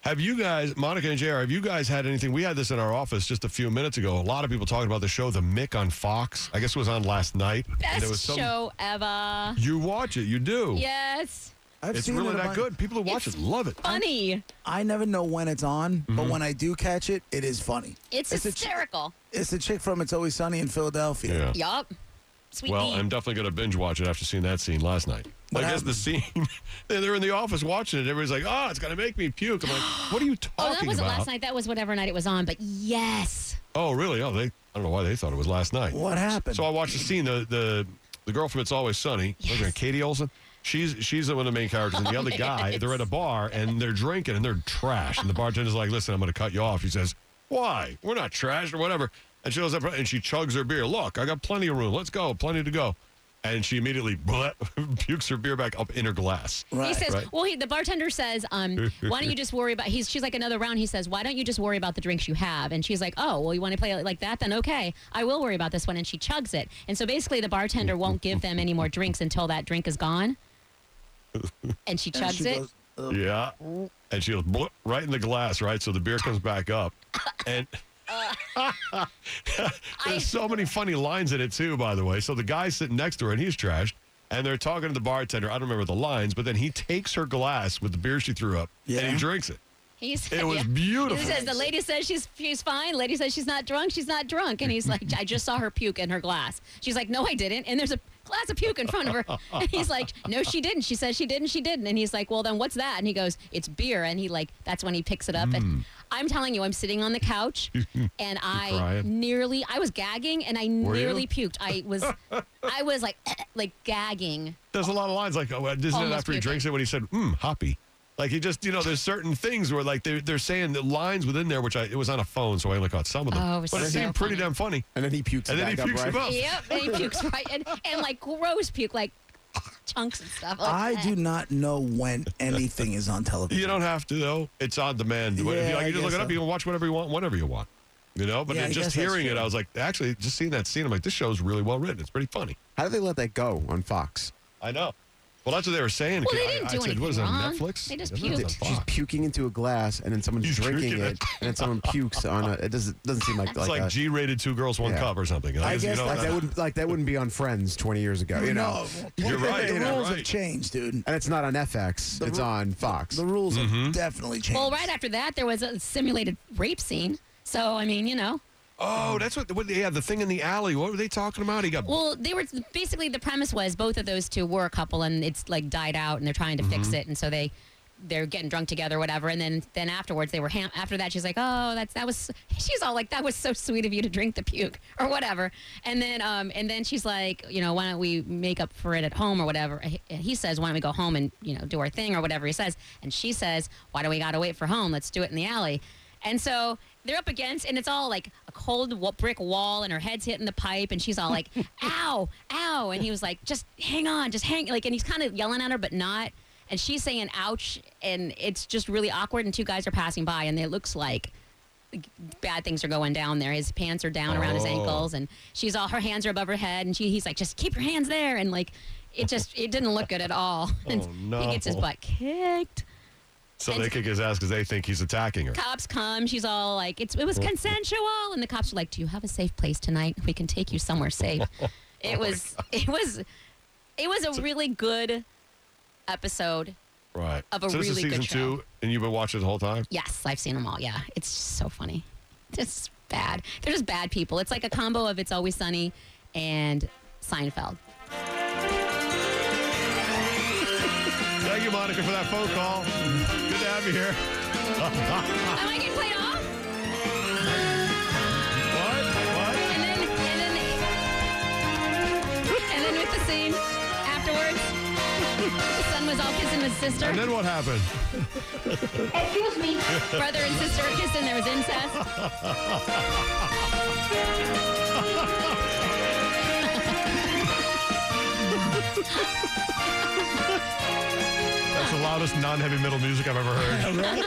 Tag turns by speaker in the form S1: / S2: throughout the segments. S1: Have you guys, Monica and JR, have you guys had anything? We had this in our office just a few minutes ago. A lot of people talking about the show The Mick on Fox. I guess it was on last night. and
S2: Best
S1: there was some-
S2: show ever.
S1: You watch it, you do.
S2: Yes.
S3: I've
S1: It's
S3: seen
S1: really
S3: it a
S1: that
S3: bunch.
S1: good. People who watch
S2: It's
S1: it love it.
S2: Funny.
S3: I never know when it's on,
S1: Mm-hmm.
S3: but when I do catch it, it is funny.
S2: It's
S3: a chi-
S2: hysterical.
S3: it's the chick from It's Always Sunny in Philadelphia.
S1: Yeah.
S2: Yup. Sweet
S1: Well,
S2: bee.
S1: I'm definitely going to binge watch it after seeing that scene last night.
S3: What
S1: I guess the scene, they- they're in the office watching it. Everybody's like, oh, it's going to make me puke. I'm like, what are you talking
S2: Oh, that wasn't
S1: about?
S2: last night. That was whatever night it was on. But yes.
S1: Oh, really? Oh, they, I don't know why they thought it was last night.
S3: What happened?
S1: So I watched the scene. The the the girl from It's Always Sunny, what's her name, Katie Olsen. She's she's one of the main characters, and the other guy. They're at a bar and they're drinking and they're trash. And the bartender's like, "Listen, I'm going to cut you off." He says, "Why? We're not trash or whatever." And she goes up and she chugs her beer. Look, I got plenty of room. Let's go. Plenty to go. And she immediately pukes her beer back up in her glass.
S2: He
S3: Right.
S2: says,
S1: right.
S2: well, he, the bartender says, um, why don't you just worry about, he's, she's like another round. He says, why don't you just worry about the drinks you have? And she's like, oh, well, you want to play it like that? Then okay, I will worry about this one. And she chugs it. And so basically the bartender won't give them any more drinks until that drink is gone. And she
S3: And
S2: chugs
S3: she
S2: it.
S3: goes, "Ugh."
S1: Yeah. And she goes "Blip," right in the glass, right? So the beer comes back up. And there's so many funny lines in it, too, by the way. So the guy's sitting next to her and he's trashed. And they're talking to the bartender. I don't remember the lines, but then he takes her glass with the beer she threw up and he
S3: Yeah.
S1: drinks it.
S2: He's,
S1: It was beautiful.
S2: He says the lady says she's she's fine. Lady says she's not drunk. She's not drunk. And he's like, I just saw her puke in her glass. She's like, No, I didn't. And there's a glass of puke in front of her. And he's like, No, she didn't. She says she didn't. She didn't. And he's like, Well, then what's that? And he goes, It's beer. And he like, that's when he picks it up.
S1: Mm.
S2: And I'm telling you, I'm sitting on the couch, and I
S1: crying?
S2: nearly, I was gagging, and I
S1: Were you?
S2: nearly puked. I was, I was like, like gagging.
S1: There's a lot of lines like, oh, isn't it
S2: Almost
S1: after he
S2: puking.
S1: drinks it when he said, mm, hoppy? Like he just, you know, there's certain things where like they're, they're saying the lines within there, which I, it was on a phone, so I only caught some of them.
S2: Oh, it was
S1: but it
S2: so
S1: seemed pretty
S2: funny.
S1: damn funny.
S4: And then he pukes
S1: And then he
S4: back
S1: pukes
S4: up, right?
S1: him up.
S2: Yep, and he pukes right, and, and like gross puke, like chunks and stuff. Like
S3: I
S2: that.
S3: do not know when anything is on television.
S1: You don't have to though. It's on demand. If you-
S3: Yeah,
S1: like,
S3: I
S1: you just look
S3: guess
S1: it up.
S3: so.
S1: You can watch whatever you want, whenever you want. You know, but
S3: Yeah,
S1: then
S3: I
S1: just
S3: guess that's
S1: hearing it,
S3: true.
S1: I was like, actually, just seeing that scene, I'm like, this show's really well written. It's pretty funny.
S4: How do they let that go on Fox?
S1: I know. Well, that's what they were saying.
S2: Well, they
S1: I- I
S2: didn't do
S1: said,
S2: anything
S1: What is it,
S2: wrong.
S1: on Netflix?
S2: They just
S1: I thought it was
S2: puked.
S1: on
S4: She's
S1: Fox.
S4: puking into a glass, and then someone's
S1: He's
S4: drinking
S1: drinking
S4: it,
S1: it.
S4: and then someone pukes on a. It doesn't doesn't seem like
S1: It's
S4: like,
S1: like,
S4: a-
S1: G-rated two girls, one
S4: Yeah.
S1: cup or something.
S3: I
S1: you
S3: guess
S1: know,
S4: like that
S1: uh,
S4: wouldn't like that wouldn't be on Friends 20 years ago. You know,
S3: No.
S1: You're right,
S3: The
S1: you're
S3: rules
S1: right.
S3: have changed, dude.
S4: and it's not on FX.
S3: The
S4: it's
S3: ru-
S4: on Fox.
S3: The rules
S1: Mm-hmm.
S3: have definitely changed.
S2: Well, right after that, there was a simulated rape scene. So I mean, you know,
S1: Oh, that's what, what. Yeah, the thing in the alley. What were they talking about? He got.
S2: well, they were basically the premise was both of those two were a couple, and it's like died out, and they're trying to fix it, and so they they're getting drunk together, whatever, and then then afterwards they were ham- after that she's like, oh, that's that was she's all like that was so sweet of you to drink the puke or whatever, and then um and then she's like, you know, why don't we make up for it at home or whatever? And he- and he says, why don't we go home and you know do our thing or whatever he says, and she says, why do we gotta wait for home? Let's do it in the alley. And so they're up against, and it's all like a cold wa- brick wall, and her head's hitting the pipe, and she's all like, ow, ow. And he was like, just hang on, just hang. Like, and he's kind of yelling at her, but not. And she's saying, ouch. And it's just really awkward, and two guys are passing by, and it looks like bad things are going down there. His pants are down around his
S1: Oh.
S2: ankles, and she's all, her hands are above her head, and she, he's like, just keep your hands there. And like, it just, it didn't look good at all. And
S1: Oh, no.
S2: He gets his butt kicked
S1: so they kick his ass because they think he's attacking her.
S2: cops come. She's all like, "It's it was consensual," and the cops are like, "Do you have a safe place tonight? We can take you somewhere safe."
S1: Oh
S2: It was it was it was a really good episode.
S1: Right.
S2: Of a
S1: so this
S2: really
S1: is
S2: good
S1: season
S2: show.
S1: two, and you've been watching it the whole time.
S2: Yes, I've seen them all. Yeah, it's just so funny. It's bad. They're just bad people. It's like a combo of It's Always Sunny and Seinfeld.
S1: Thank you, Monica, for that phone call. Good to have you here.
S2: Am I getting played off?
S1: What? What?
S2: And then and then and then with the scene afterwards. The son was all kissing his sister.
S1: And then what happened?
S5: Excuse me.
S2: Brother and sister are kissing. There was incest.
S1: That's the loudest non-heavy metal music I've ever heard.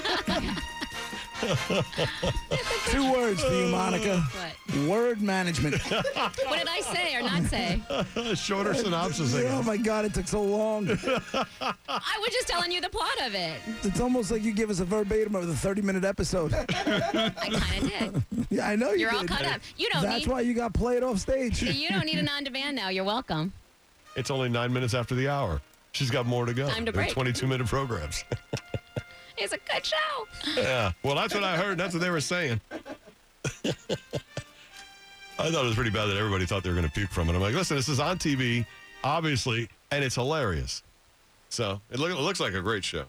S3: Two words for you, Monica.
S2: What?
S3: Word management.
S2: What did I say or not say?
S1: A Shorter synopsis, I
S3: oh
S1: guess.
S3: my God, it took so long.
S2: I was just telling you the plot of it.
S3: It's almost like you give us a verbatim of the 30 minute episode.
S2: I kind of did.
S3: Yeah, I know you
S2: You're all
S3: did.
S2: cut up. You don't
S3: That's
S2: need.
S3: why you got played off stage.
S2: You don't need an on-demand now. You're welcome.
S1: It's only nine minutes after the hour. She's got more to go.
S2: Time to
S1: They're
S2: break.
S1: 22 minute programs.
S2: It's a good show.
S1: yeah. Well, that's what I heard. That's what they were saying. I thought it was pretty bad that everybody thought they were going to puke from it. I'm like, listen, this is on TV, obviously, and it's hilarious. So it, look, it looks like a great show.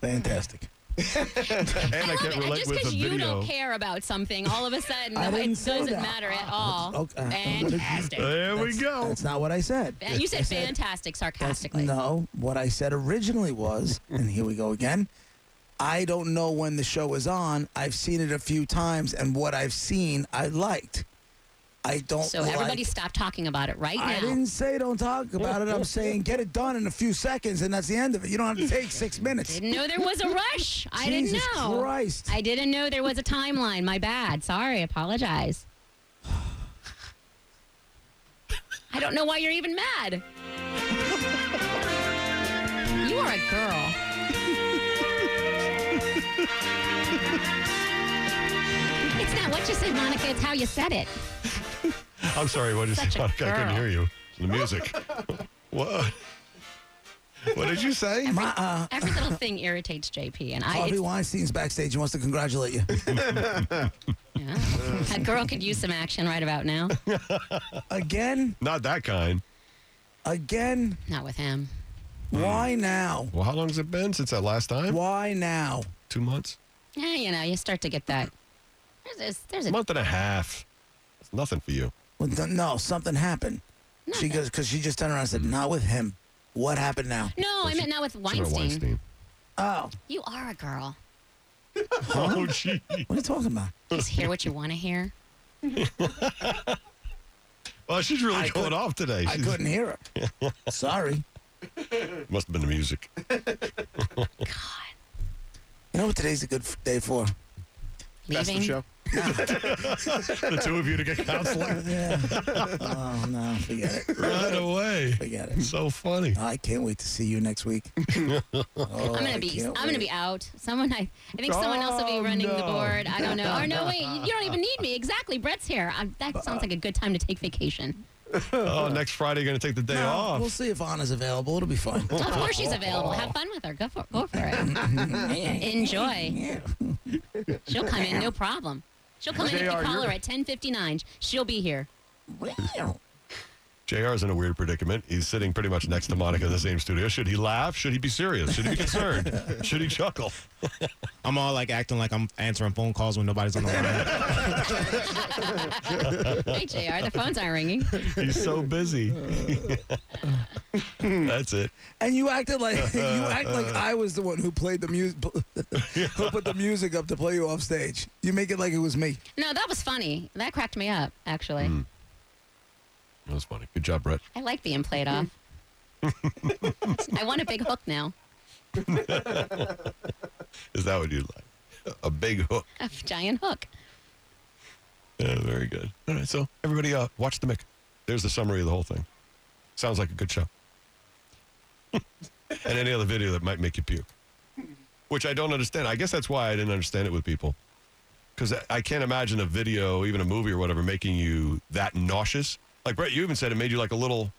S3: Fantastic.
S1: And
S2: I
S1: I
S2: love
S1: can
S2: it. And
S1: relate
S2: just
S1: with
S2: because
S1: the
S2: you
S1: video.
S2: don't care about something, all of a sudden
S3: I
S2: it
S3: didn't say
S2: doesn't
S3: that.
S2: matter at all.
S3: okay.
S2: Fantastic.
S1: There we
S3: That's-
S1: go.
S3: That's not what I said.
S2: Fan- You
S3: I
S2: said fantastic sarcastically.
S3: No, what I said originally was, and here we go again. I don't know when the show is on. I've seen it a few times, and what I've seen, I liked. I don't.
S2: So
S3: like-
S2: everybody stop talking about it right
S3: I
S2: now.
S3: didn't say don't talk about it. I'm saying get it done in a few seconds, and that's the end of it. You don't have to take six minutes.
S2: Didn't know there was a rush. I didn't
S3: Jesus
S2: know.
S3: Christ.
S2: I didn't know there was a timeline. My bad. Sorry. Apologize. I don't know why you're even mad. You are a girl. It's not what you said, Monica. It's how you said it.
S1: I'm sorry, what did you
S2: Such
S1: say?
S2: a
S1: I couldn't
S2: girl.
S1: hear you. The music. what? What did you say?
S2: Every little thing irritates JP, and I.
S3: Harvey
S2: It's,
S3: Weinstein's backstage. He wants to congratulate you.
S2: yeah. A girl could use some action right about now.
S3: again,
S1: Not that kind.
S3: again.
S2: Not with him.
S3: Why now?
S1: Well, how long has it been since that last time?
S3: Why now?
S1: Two months?
S2: Yeah, you know, you start to get that. There's, there's, there's
S1: A
S2: a
S1: month and a half. It's nothing for you.
S3: Well, th- no, something happened. She goes because she just turned around and
S2: Mm-hmm.
S3: said, "Not with him." What happened now?
S2: No, I meant not with
S1: It's about
S2: Weinstein.
S1: Weinstein.
S3: Oh,
S2: You are a girl.
S1: Oh, gee.
S3: what are you talking about?
S2: Just hear what you want to hear.
S1: Well, she's really
S3: I
S1: going
S3: couldn't-
S1: off today.
S3: I
S1: She's-
S3: couldn't hear her. Sorry.
S1: Must have been the music.
S3: You know what today's a good f- day for?
S4: Best
S2: Leaving.
S4: of show.
S1: the two of you to get counseling
S3: Yeah. oh no, forget it.
S1: right away.
S3: Forget it.
S1: So funny.
S3: I can't wait to see you next week. Oh,
S2: I'm gonna be. I'm gonna be out. Someone. I, I think someone else will
S1: Oh,
S2: be running the
S1: no.
S2: board. I don't know. Or no, wait. You don't even need me. Exactly. Brett's here. I, that sounds like a good time to take vacation.
S1: Oh, next Friday, you're going to take the day off.
S3: We'll see if Anna's available. It'll be fun.
S2: Of course she's available. Have fun with her. Go for. Go for it. Enjoy. She'll come in. No problem. She'll come in if you
S1: JR,
S2: call
S1: you're-
S2: her at 10:59. She'll be here.
S1: JR is in a weird predicament. He's sitting pretty much next to Monica in the same studio. Should he laugh? Should he be serious? Should he be concerned? Should he chuckle?
S6: I'm all like acting like I'm answering phone calls when nobody's on the line.
S2: Hey Jr. The phones aren't ringing.
S1: He's so busy. That's it.
S3: And you acted like you act like I was the one who played the music, who put the music up to play you off stage. You make it like it was me.
S2: No, that was funny. That cracked me up. Actually,
S1: That was funny. Good job, Brett.
S2: I like being played off. I want a big hook now.
S1: Is that what you like? A big hook.
S2: A giant hook.
S1: Yeah, very good. All right, so everybody, uh, watch the Mick. There's the summary of the whole thing. Sounds like a good show. and any other video that might make you puke, which I don't understand. I guess that's why I didn't understand it with people, because I, I can't imagine a video, even a movie or whatever, making you that nauseous. Like Brett, you even said it made you like a little,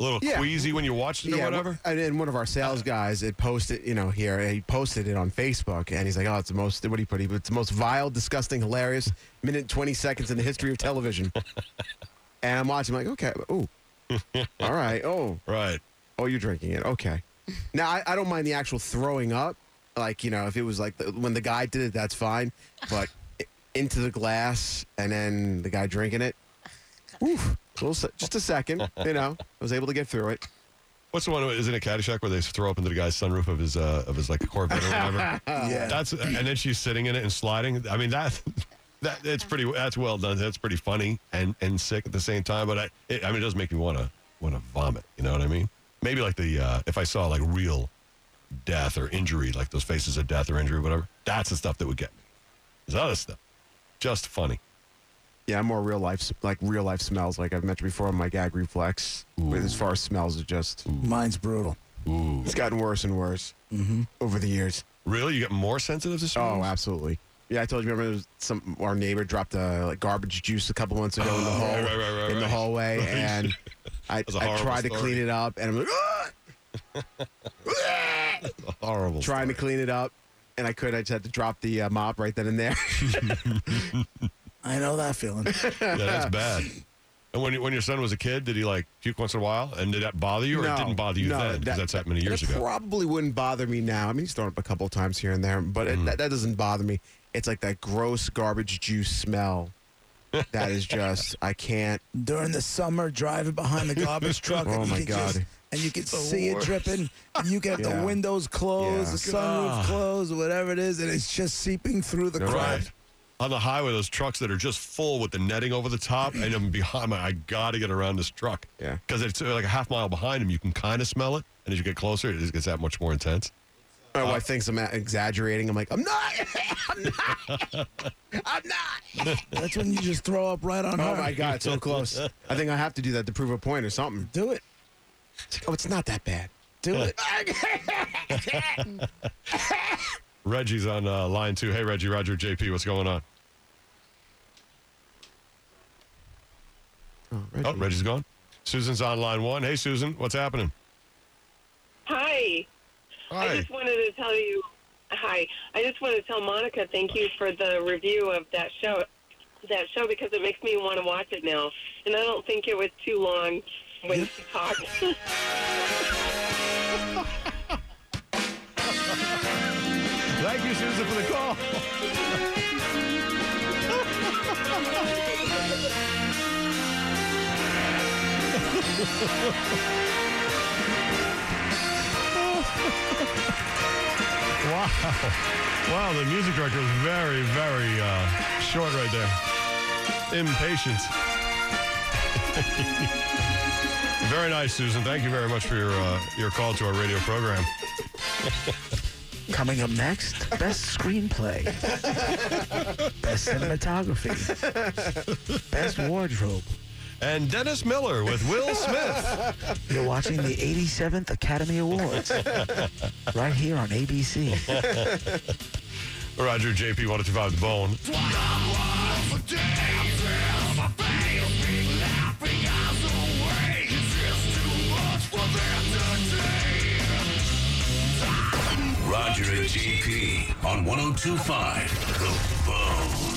S1: a little
S4: Yeah.
S1: queasy when you watched it or
S4: wh-
S1: whatever. Uh,
S4: And then one of our sales guys, it posted, you know, here he posted it on Facebook, and he's like, "Oh, it's the most what do you put? it? It's the most vile, disgusting, hilarious minute twenty seconds in the history of television." and I'm watching, like, okay, oh, all right, oh,
S1: Right.
S4: oh, you're drinking it, okay. Now I, I don't mind the actual throwing up, like you know, if it was like the, when the guy did it, that's fine, but i- into the glass and then the guy drinking it, oof, a little se- just a second, you know, I was able to get through it.
S1: What's the one? Isn't it Caddyshack where they throw up into the guy's sunroof of his uh, of his like Corvette or whatever?
S3: Yeah.
S1: That's and then she's sitting in it and sliding. I mean that that it's pretty. That's well done. That's pretty funny and and sick at the same time. But I it, I mean it does make me want to want to vomit. You know what I mean? Maybe like the uh, if I saw like real death or injury, like those faces of death or injury, or whatever. That's the stuff that would get me. There's other stuff, just funny.
S4: Yeah, I'm more real life, like real life smells. Like I've mentioned before, my gag reflex, with as far as smells, are just
S3: Mine's brutal.
S1: Ooh,
S4: it's gotten worse and worse
S1: Mm-hmm.
S4: over the years.
S1: really? You get more sensitive to smells?
S4: Oh, absolutely. Yeah, I told you. Remember, there was some our neighbor dropped a like, garbage juice a couple months ago in the
S1: Oh,
S4: hall,
S1: right, right, right, right,
S4: in the
S1: right.
S4: hallway, and I,
S1: was a
S4: I
S1: horrible
S4: tried to
S1: story.
S4: clean it up, and I'm like, "Ah!"
S1: horrible.
S4: trying to
S1: story.
S4: clean it up, and I could. I just had to drop the uh, mop right then and there.
S3: I know that feeling.
S1: yeah, that's bad. And when you- when your son was a kid, did he like puke once in a while? And did that bother you, or it
S4: No,
S1: didn't bother you
S4: no,
S1: then? Because
S4: that-
S1: that's that many
S4: And
S1: years
S4: it
S1: ago.
S4: Probably wouldn't bother me now. I mean, he's thrown up a couple of times here and there, but
S1: Hmm.
S4: it, that, that doesn't bother me. It's like that gross garbage juice smell. That is just I can't.
S3: During the summer, driving behind the garbage truck.
S4: Oh,
S3: and you
S4: my
S3: can
S4: God.
S3: just- and you can see
S1: worst.
S3: it dripping. And you get
S4: Yeah.
S3: the windows closed,
S4: Yeah. Ah.
S3: the sunroof closed, whatever it is, and it's just seeping through the crowd.
S1: Right. On the highway, those trucks that are just full with the netting over the top, and I'm behind. My, I got to get around this truck.
S4: Yeah.
S1: Because it's uh, like a half mile behind him. You can kind of smell it, and as you get closer, it just gets that much more intense. Uh,
S4: My wife thinks I'm exaggerating. I'm like I'm not. I'm not. I'm not.
S3: That's when you just throw up right on
S4: Oh
S3: her.
S4: my god, so close. I think I have to do that to prove a point or something.
S3: Do it.
S4: It's like, oh, it's not that bad.
S3: Do it.
S1: Reggie's on uh, line two. Hey, Reggie, Roger, JP, what's going on?
S4: Oh, Reggie.
S1: Oh, Reggie's gone. Susan's on line one. Hey, Susan, what's happening?
S7: Hi. I just wanted to tell you, hi. I just wanted to tell Monica thank you for the review of that show, that show because it makes me want to watch it now. And I don't think it was too long when she talked.
S1: Thank you, Susan, for the call. wow. Wow, the music director was very, very uh, short right there. Impatience. very nice, Susan. Thank you very much for your, uh, your call to our radio program.
S3: Coming up next, best screenplay, best cinematography, best wardrobe.
S1: And Dennis Miller with Will Smith.
S3: You're watching the 87th Academy Awards right here on ABC.
S1: Roger JP 1025 The Bone.
S8: Roger and JP on 1025 The Bone.